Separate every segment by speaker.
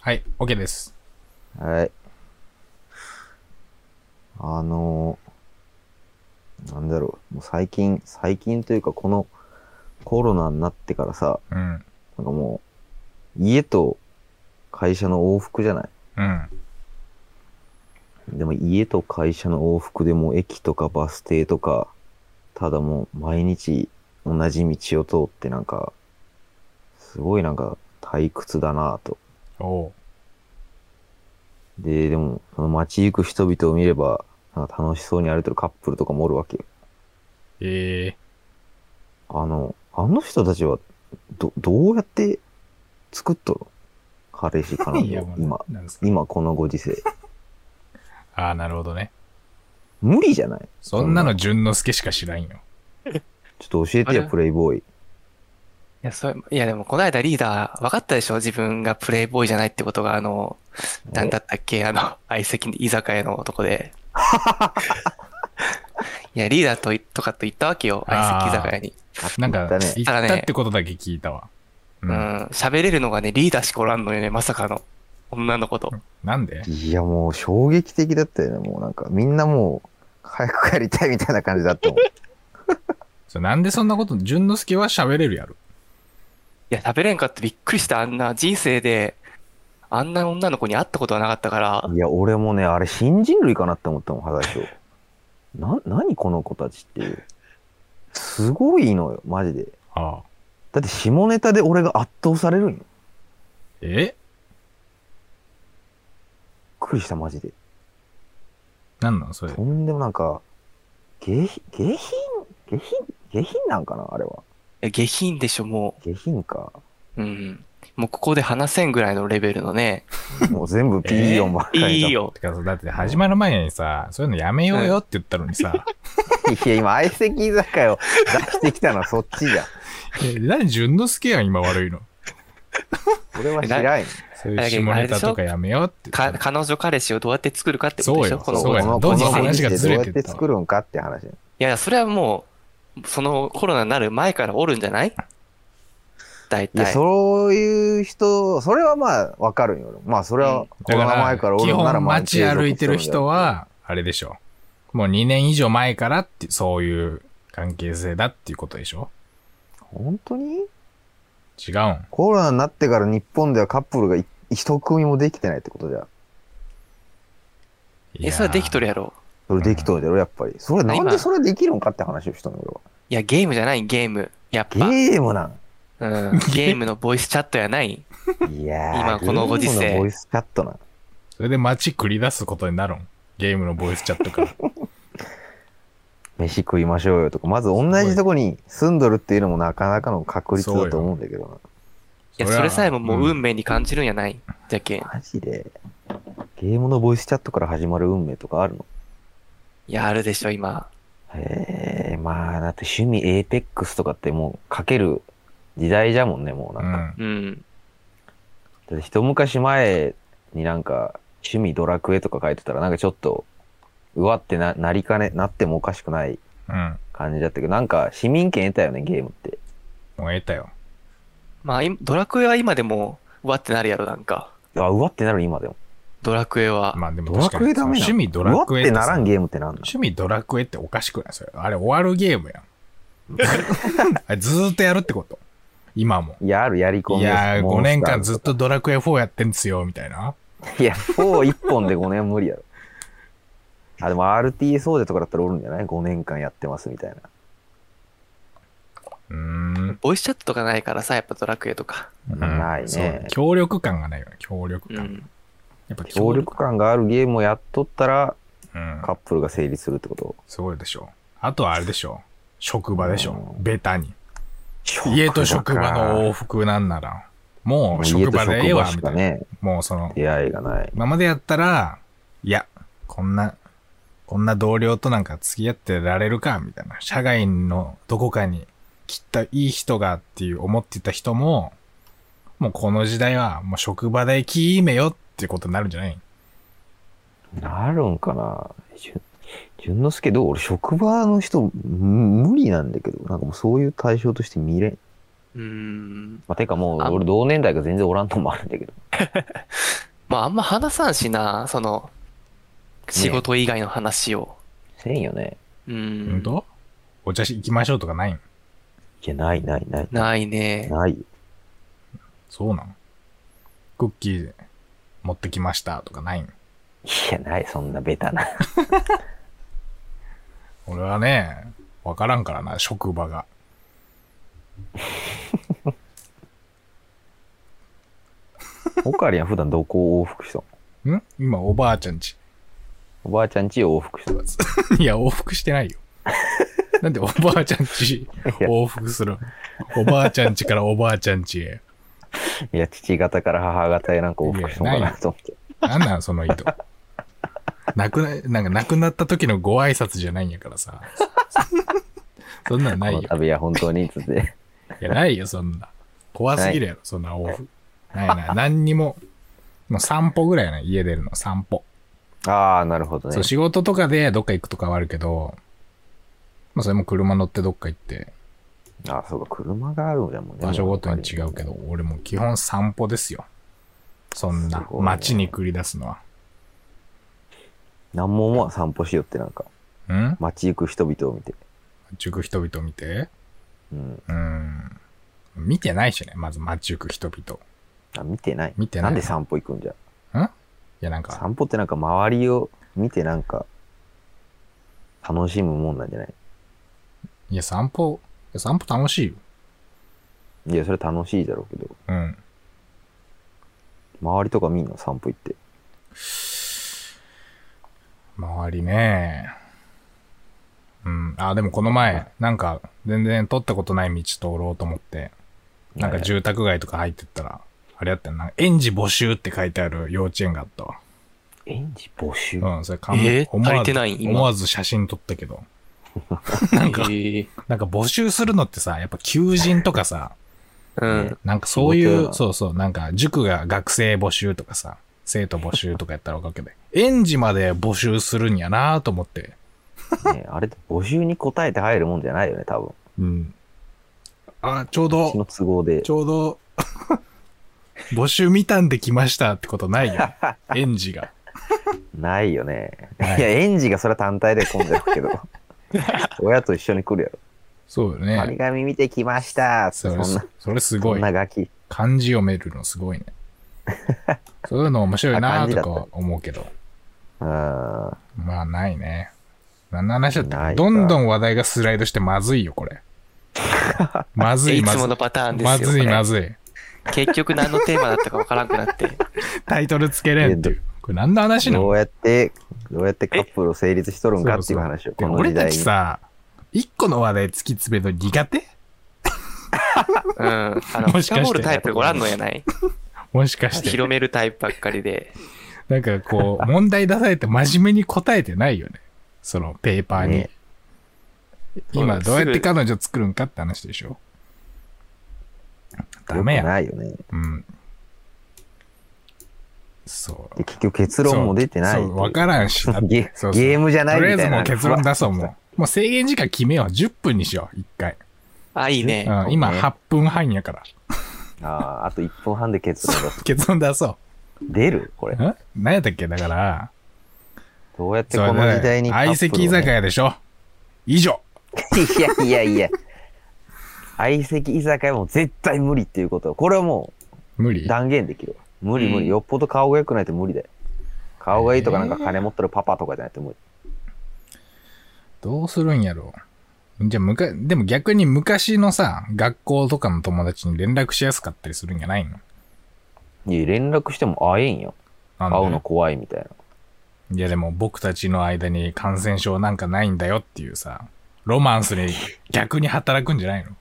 Speaker 1: はい、OK です。
Speaker 2: はい。あのーなんだろう、もう最近、最近というかこのコロナになってからさ、
Speaker 1: うん。
Speaker 2: なんかもう、家と会社の往復じゃない
Speaker 1: うん。
Speaker 2: でも家と会社の往復でもう駅とかバス停とか、ただもう毎日同じ道を通ってなんか、すごいなんか退屈だなぁと。
Speaker 1: おう。
Speaker 2: で、でも、その街行く人々を見れば、なんか楽しそうに歩いてるカップルとかもおるわけよ。
Speaker 1: え
Speaker 2: あの、あの人たちは、ど、どうやって作っとるの彼氏
Speaker 1: え
Speaker 2: 彼
Speaker 1: ー。
Speaker 2: 女、今、
Speaker 1: なんですか
Speaker 2: 今このご時世。
Speaker 1: ああ、なるほどね。
Speaker 2: 無理じゃない
Speaker 1: そんなの淳之介しか知らんよ。
Speaker 2: ちょっと教えて
Speaker 3: あ
Speaker 2: よ、
Speaker 3: れ
Speaker 2: プレイボーイ。
Speaker 3: いや、それ、いや、でも、この間リーダー、分かったでしょ自分がプレイボーイじゃないってことが、あの、なんだったっけあの、相席居酒屋の男で。いや、リーダーとい、とかと言ったわけよ。相席居酒屋に。
Speaker 1: なんか、
Speaker 2: だね
Speaker 1: 言ったってことだけ聞いたわ。う。
Speaker 3: うんん。喋れるのがね、リーダーしかおらんのよね。まさかの、女の子と。
Speaker 1: なんで
Speaker 2: いや、もう衝撃的だったよね。もうなんか、みんなもう、早く帰りたいみたいな感じだったもん。
Speaker 1: それなんでそんなこと、淳之介は喋れるやろ。
Speaker 3: いや、喋れんかってびっくりした。あんな、人生で、あんな女の子に会ったことはなかったから。
Speaker 2: いや、俺もね、あれ、新人類かなって思ったもん、最初。 な、何この子たちっていう。すごいのよ、マジで。
Speaker 1: ああ。
Speaker 2: だって、下ネタで俺が圧倒されるんよ。びっ
Speaker 1: え
Speaker 2: くりした、マジで。
Speaker 1: なんなのそれ
Speaker 2: と。んでもなんか、下品、下品、下品、下品なんかな、あれは。
Speaker 3: いや下品でしょ、も
Speaker 2: 下品か。
Speaker 3: う。うん。もうここで話せんぐらいのレベルのね。
Speaker 2: もう全部
Speaker 1: えー
Speaker 2: P4 ばっか
Speaker 3: い
Speaker 2: りだ。
Speaker 3: い。よ。
Speaker 1: てかさだって始まる前にさ、そういうのやめようよって言ったのに さ、
Speaker 2: いや、今、相席居酒屋を出してきたのはそっちじゃん。
Speaker 1: え何淳之介は今悪いの
Speaker 2: 俺は知らんよ。
Speaker 1: そういう下ネタとかやめようって言
Speaker 3: か
Speaker 1: ったの。
Speaker 3: 彼女彼氏をどうやって作るかってことでし
Speaker 1: そ
Speaker 3: ょ
Speaker 1: うよ
Speaker 3: この
Speaker 1: そうや
Speaker 3: い
Speaker 1: な
Speaker 2: この
Speaker 3: どんどん
Speaker 2: この
Speaker 3: 話
Speaker 1: がずれてった
Speaker 2: どうやって作るんかって話だよ
Speaker 3: やいや、それはもう、そのコロナになる前からおるんじゃない大
Speaker 2: いや、
Speaker 3: 体。
Speaker 2: そういう人、それはまあ、わかるんよ。まあ、それは、コ
Speaker 1: だ
Speaker 2: ロ
Speaker 1: か、
Speaker 2: ナ前からら俺
Speaker 1: 基
Speaker 2: なら
Speaker 1: 本
Speaker 2: まあ
Speaker 1: 街歩いてる人、は、あれでしょ。もう2年以上前からって、そういう関係性だっていうことでしょ
Speaker 2: 本当に
Speaker 1: 違うん。
Speaker 2: コロナになってから日本ではカップルがい一組もできてないってことじゃん。
Speaker 1: い
Speaker 3: え、それはできと
Speaker 1: る。
Speaker 3: るやろ。
Speaker 2: それできとるだろ、やっぱり。それ、なんで
Speaker 3: 今
Speaker 2: それできるんかって話をしたの、俺はい
Speaker 3: や、ゲームじゃない、ゲーム。やっぱ。うん。
Speaker 2: ゲームなん。
Speaker 3: ゲームのボイスチャット やない。
Speaker 2: いやー、
Speaker 3: 今このご時世
Speaker 2: ゲームのボイスチャットなん。
Speaker 1: それで街繰り出すことになるん。ゲームのボイスチャット から。
Speaker 2: 飯食いましょうよとか、まず同じとこに住んどるっていうのもなかなかの確率だと思うんだけど
Speaker 3: いや、それさえももう
Speaker 1: うん
Speaker 3: 運命に感じるんやない。じゃけん。い
Speaker 2: な。マジで。ゲームのボイスチャットから始まる運命とかあるの
Speaker 3: や、あるでしょ、今。
Speaker 2: ええまあ、だって趣味エーペックスとかってもうかける時代じゃもんね、もう
Speaker 1: う
Speaker 2: なん
Speaker 1: ん。
Speaker 2: か。
Speaker 3: うん。
Speaker 2: だって一昔前になんか趣味ドラクエとか書いてたらなんかちょっと、うわってななりかね、なってもおかしくない
Speaker 1: うん。
Speaker 2: 感じだったけど、なんか市民権得たよね、ゲームって。
Speaker 1: もう得たよ。
Speaker 3: まあ、今ドラクエは今でも、うわってなるやろ、なんか。
Speaker 2: あ、うわってなる今でも。
Speaker 3: ドラクエは。
Speaker 1: まあでも
Speaker 2: ドラ
Speaker 1: 確か
Speaker 2: クエ
Speaker 1: に
Speaker 2: ダメなの
Speaker 1: 趣味ドラクエ
Speaker 2: うわってならん
Speaker 1: さ
Speaker 2: ゲームってなんだ
Speaker 1: 趣味ドラクエっておかしくないそれ。あれ終わるゲーム やん。あれずーっとやるってこと。今も。
Speaker 2: いや、あるやり込
Speaker 1: い
Speaker 2: みです
Speaker 1: やー、5
Speaker 2: モンス
Speaker 1: 年
Speaker 2: ター
Speaker 1: 間ずっとドラクエ4やってんすよ、みたいな。
Speaker 2: いや、4一本で5年無 理やろ。あ、でも RT ソーデとかだったらおるんじゃない ?5 年間やってますみたいな。
Speaker 1: うーん。
Speaker 3: ボイスチャットとかないからさ、やっぱドラクエとか。
Speaker 1: うん
Speaker 2: ないね
Speaker 1: そう協力感がないよね、協力
Speaker 3: う
Speaker 1: 感。
Speaker 3: ん。
Speaker 1: やっぱ協
Speaker 2: 協
Speaker 1: 力
Speaker 2: 力感があるゲームをやっとったら、
Speaker 1: うん
Speaker 2: カ。ップルが成立するってこと。
Speaker 1: すごいでしょ。あとはあれでしょ。職場でしょ。ベタに。
Speaker 2: 職場か
Speaker 1: 家と職場の往復なんなら、もう職場でええわ、
Speaker 2: 家と職場し
Speaker 1: みた
Speaker 2: か
Speaker 1: いな。
Speaker 2: ね、
Speaker 1: もうその、
Speaker 2: 出会いがない。
Speaker 1: 今までやったら、いや、こんな、こんな同僚となんか付き合ってられるか、みたいな。社外のどこかに、きっといい人がっていう思ってた人も、もうこの時代は、もう職場で決めよってことになるんじゃない
Speaker 2: なるんかなじゅ淳之介どう俺職場の人む無理なんだけど、なんかもうそういう対象として見れん。
Speaker 3: うーん。
Speaker 2: まあ、てかもう、
Speaker 3: あ
Speaker 2: 俺同年代が全然おらんのもあるんだけど。
Speaker 3: まああんま話さんしな、その、仕事以外の話を。
Speaker 2: せんよね。
Speaker 3: う
Speaker 1: ほん
Speaker 3: ん。
Speaker 1: とお茶し行きましょうとかないん
Speaker 2: いや、ないないない。
Speaker 3: ないね。
Speaker 2: ない。
Speaker 1: そうなのクッキー持ってきましたとかないん
Speaker 2: いや、ない、そんなベタな。
Speaker 1: 俺はね、わからんからな、職場が。
Speaker 2: オカリンは普段どこを往復したの
Speaker 1: ん今おばあちゃんち。
Speaker 2: おばあちゃんち往復したの。
Speaker 1: いや、往復してないよ。なんでおばあちゃんち
Speaker 2: や
Speaker 1: 往復するおばあちゃんちからおばあちゃんちへ。
Speaker 2: いや、父方から母方へなんか往復したのかなと思って。
Speaker 1: なんなんその意図。亡くな、なんか亡くなった時のご挨拶じゃないんやからさ。そんなんな
Speaker 2: こ
Speaker 1: いよ
Speaker 2: の。旅は本当に、つって。
Speaker 1: いや、ないよ、そんな。怖すぎるやろ、そんな往復。ない ない、何にも。もう散歩ぐらいやな、家出るの、散歩。
Speaker 2: ああ、なるほどね
Speaker 1: そう、。仕事とかでどっか行くとかはあるけど、まあ、それも車乗ってどっか行って、
Speaker 2: ああ、そうか、車があるんだもんね。
Speaker 1: 場所ごとに違うけど、俺も基本散歩ですよ。そん
Speaker 2: す
Speaker 1: な、
Speaker 2: ごいね
Speaker 1: 街に繰り出すのは。
Speaker 2: なんも思わん散歩しようってなんか、
Speaker 1: ん
Speaker 2: 街行く人々を見て。
Speaker 1: 街行く人々見て、
Speaker 2: うん。
Speaker 1: うん。見てないしね、まず街行く人々。い
Speaker 2: あ、見てない。
Speaker 1: 見てない
Speaker 2: んで散歩行くんじゃ。
Speaker 1: や、なんか、
Speaker 2: 散歩ってなんか周りを見てなんか、楽しむもんなんじゃない
Speaker 1: いや、散歩、いや散歩楽しいよ。
Speaker 2: いや、それ楽しいだろうけど、
Speaker 1: うん。
Speaker 2: 周りとか見んの散歩行って。
Speaker 1: 周りね。うん。あ、でもこの前、なんか、全然通ったことない道通ろうと思って、なんか
Speaker 2: はい
Speaker 1: 住宅街とか入ってったら、あれやったよな、園児募集って書いてある幼稚園があったわ。
Speaker 2: 園児募集、
Speaker 1: うん、それ完
Speaker 3: えー
Speaker 1: 思わ
Speaker 3: 足りて
Speaker 1: ず
Speaker 3: ない今
Speaker 1: 思わず写真撮ったけど。なんか、
Speaker 3: えー
Speaker 1: なんか募集するのってさ、やっぱ求人とかさ、
Speaker 3: うん。
Speaker 1: なんかそうい
Speaker 2: 仕事
Speaker 1: う、
Speaker 2: や
Speaker 1: そうそう、なんか塾が学生募集とかさ、生徒募集とかやったらわかるけど、園児まで募集するんやなぁと思って、
Speaker 2: ね、あれって募集に応えて入るもんじゃないよね、多分。
Speaker 1: うん。あ、ちょう
Speaker 2: うち
Speaker 1: ど、
Speaker 2: の都合で
Speaker 1: ち。ょうど、募集見たんで来ましたってことない よ。園児が。
Speaker 2: ないよね。い
Speaker 1: ない
Speaker 2: や、園児がそれは単体で混んでるけど。 親と一緒に来るやろ。
Speaker 1: そうよ
Speaker 2: 張り
Speaker 1: ね。
Speaker 2: 紙見てきましたって、
Speaker 1: そ
Speaker 2: そ
Speaker 1: れ、
Speaker 2: ん
Speaker 1: そ
Speaker 2: な、
Speaker 1: それす
Speaker 2: そ
Speaker 1: ご
Speaker 2: ん
Speaker 1: い。
Speaker 2: なガキ。
Speaker 1: 漢字読めるのすごいね。そういうの面白いなぁと
Speaker 2: あ漢字だ
Speaker 1: か思うけど。
Speaker 2: うん。あ
Speaker 1: まあ、ないね。何の話だった
Speaker 2: ないか
Speaker 1: どんどん話題がスライドしてまずいよ、こ れ。まず
Speaker 3: え
Speaker 1: い、
Speaker 3: い
Speaker 1: ま
Speaker 3: つ
Speaker 1: ず
Speaker 3: も
Speaker 1: い
Speaker 3: の。パターンですよ。
Speaker 1: まずい、
Speaker 3: これ
Speaker 1: まずい。
Speaker 3: 結局何のテーマだったかわからんくなって。
Speaker 1: タイトルつけれんっていう。これ何の話なの
Speaker 2: どうやって、どうやってカップルを成立しとるんかっていう話を、
Speaker 1: で
Speaker 2: この
Speaker 1: 俺
Speaker 2: 時
Speaker 1: た
Speaker 2: 代
Speaker 1: ち
Speaker 2: に。
Speaker 1: さ、一個の話題突き詰めるの苦手
Speaker 3: うん。あ
Speaker 1: も
Speaker 3: の、
Speaker 1: しかして
Speaker 3: 深掘るタイプご覧のやない。
Speaker 1: もしかして。
Speaker 3: 広めるタイプばっかりで。
Speaker 1: なんかこ う、問題出されて真面目に答えてないよね。そのペーパーに。
Speaker 2: ね
Speaker 1: 今
Speaker 3: そう
Speaker 1: どうやって
Speaker 3: すぐ
Speaker 1: 彼女作るんかって話でしょ。ダメ
Speaker 2: よく
Speaker 1: や。
Speaker 2: ないよね。
Speaker 1: うん。そう。
Speaker 2: で結局結論も出てな
Speaker 1: そ
Speaker 2: いというう。
Speaker 1: そうわからんし。だって
Speaker 2: ゲ
Speaker 1: そうそう
Speaker 2: ゲームじゃない
Speaker 1: とりあえ
Speaker 2: みた
Speaker 1: ず
Speaker 2: い
Speaker 1: も
Speaker 2: な。
Speaker 1: う結論出そう、
Speaker 2: ふわ
Speaker 1: もう。もう制限時間決めよう。10分にしよう、一回。
Speaker 3: あ、いいね。
Speaker 1: うん、今
Speaker 2: そうね
Speaker 1: 8分半やから。
Speaker 2: ああ、あと1分半で結論出す。
Speaker 1: 結論出そ
Speaker 2: 出るこ
Speaker 1: う。
Speaker 2: れ。
Speaker 1: ん何やったっけだから、
Speaker 2: どうやって
Speaker 1: そう
Speaker 2: この時代にカップルを
Speaker 1: 相
Speaker 2: ね。
Speaker 1: 席居酒屋でしょ。以上。
Speaker 2: いやいやいや。相席居酒屋も絶対無理っていうこと。これはも
Speaker 1: 無理
Speaker 2: う断言できるわ。無理無
Speaker 3: うん
Speaker 2: 理。よっぽど顔が良くないと無理だよ。顔がいいとかなんか金持ってるパパとかじゃないと無理。
Speaker 1: どうするんやろう。じゃあ、むか、でも逆に昔のさ、学校とかの友達に連絡しやすかったりするんじゃないの
Speaker 2: いや、連絡しても会えんよ。
Speaker 1: なんで
Speaker 2: 会うの怖いみたいな。
Speaker 1: いや、でも僕たちの間に感染症なんかないんだよっていうさ、ロマンスに逆に働くんじゃないの
Speaker 2: い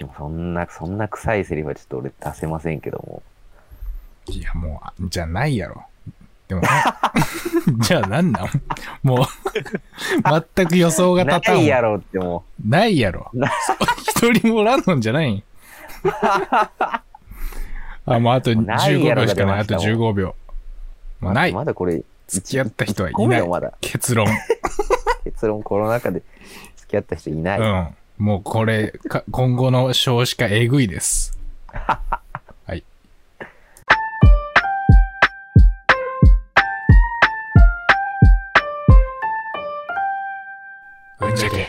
Speaker 2: やそんな、そんな臭いセリフはちょっと俺出せませんけども。
Speaker 1: いや、もうあ、じゃないやろ。で も、じゃあなんなんもう、 全く予想が
Speaker 2: な
Speaker 1: 立たんわ。
Speaker 2: いやろっても
Speaker 1: ないや ろ。
Speaker 2: な
Speaker 1: そう一人もおらんのんじゃない んあ、もうあと
Speaker 2: ない
Speaker 1: 15
Speaker 2: やろ
Speaker 1: 秒
Speaker 2: が
Speaker 1: しか
Speaker 2: 出
Speaker 1: ない。
Speaker 2: ま
Speaker 1: あ
Speaker 2: した
Speaker 1: と15秒。
Speaker 2: う。
Speaker 1: もうない。
Speaker 2: まだこれ、
Speaker 1: 付き合った人はい
Speaker 2: ごめ
Speaker 1: なん
Speaker 2: よ、
Speaker 1: い。
Speaker 2: まだ。
Speaker 1: 結論。
Speaker 2: 結論、コロナ禍で付き合った人いない。
Speaker 1: うん。もうこれ、か今後の少子化えぐい です。はい。ぶっちゃけ。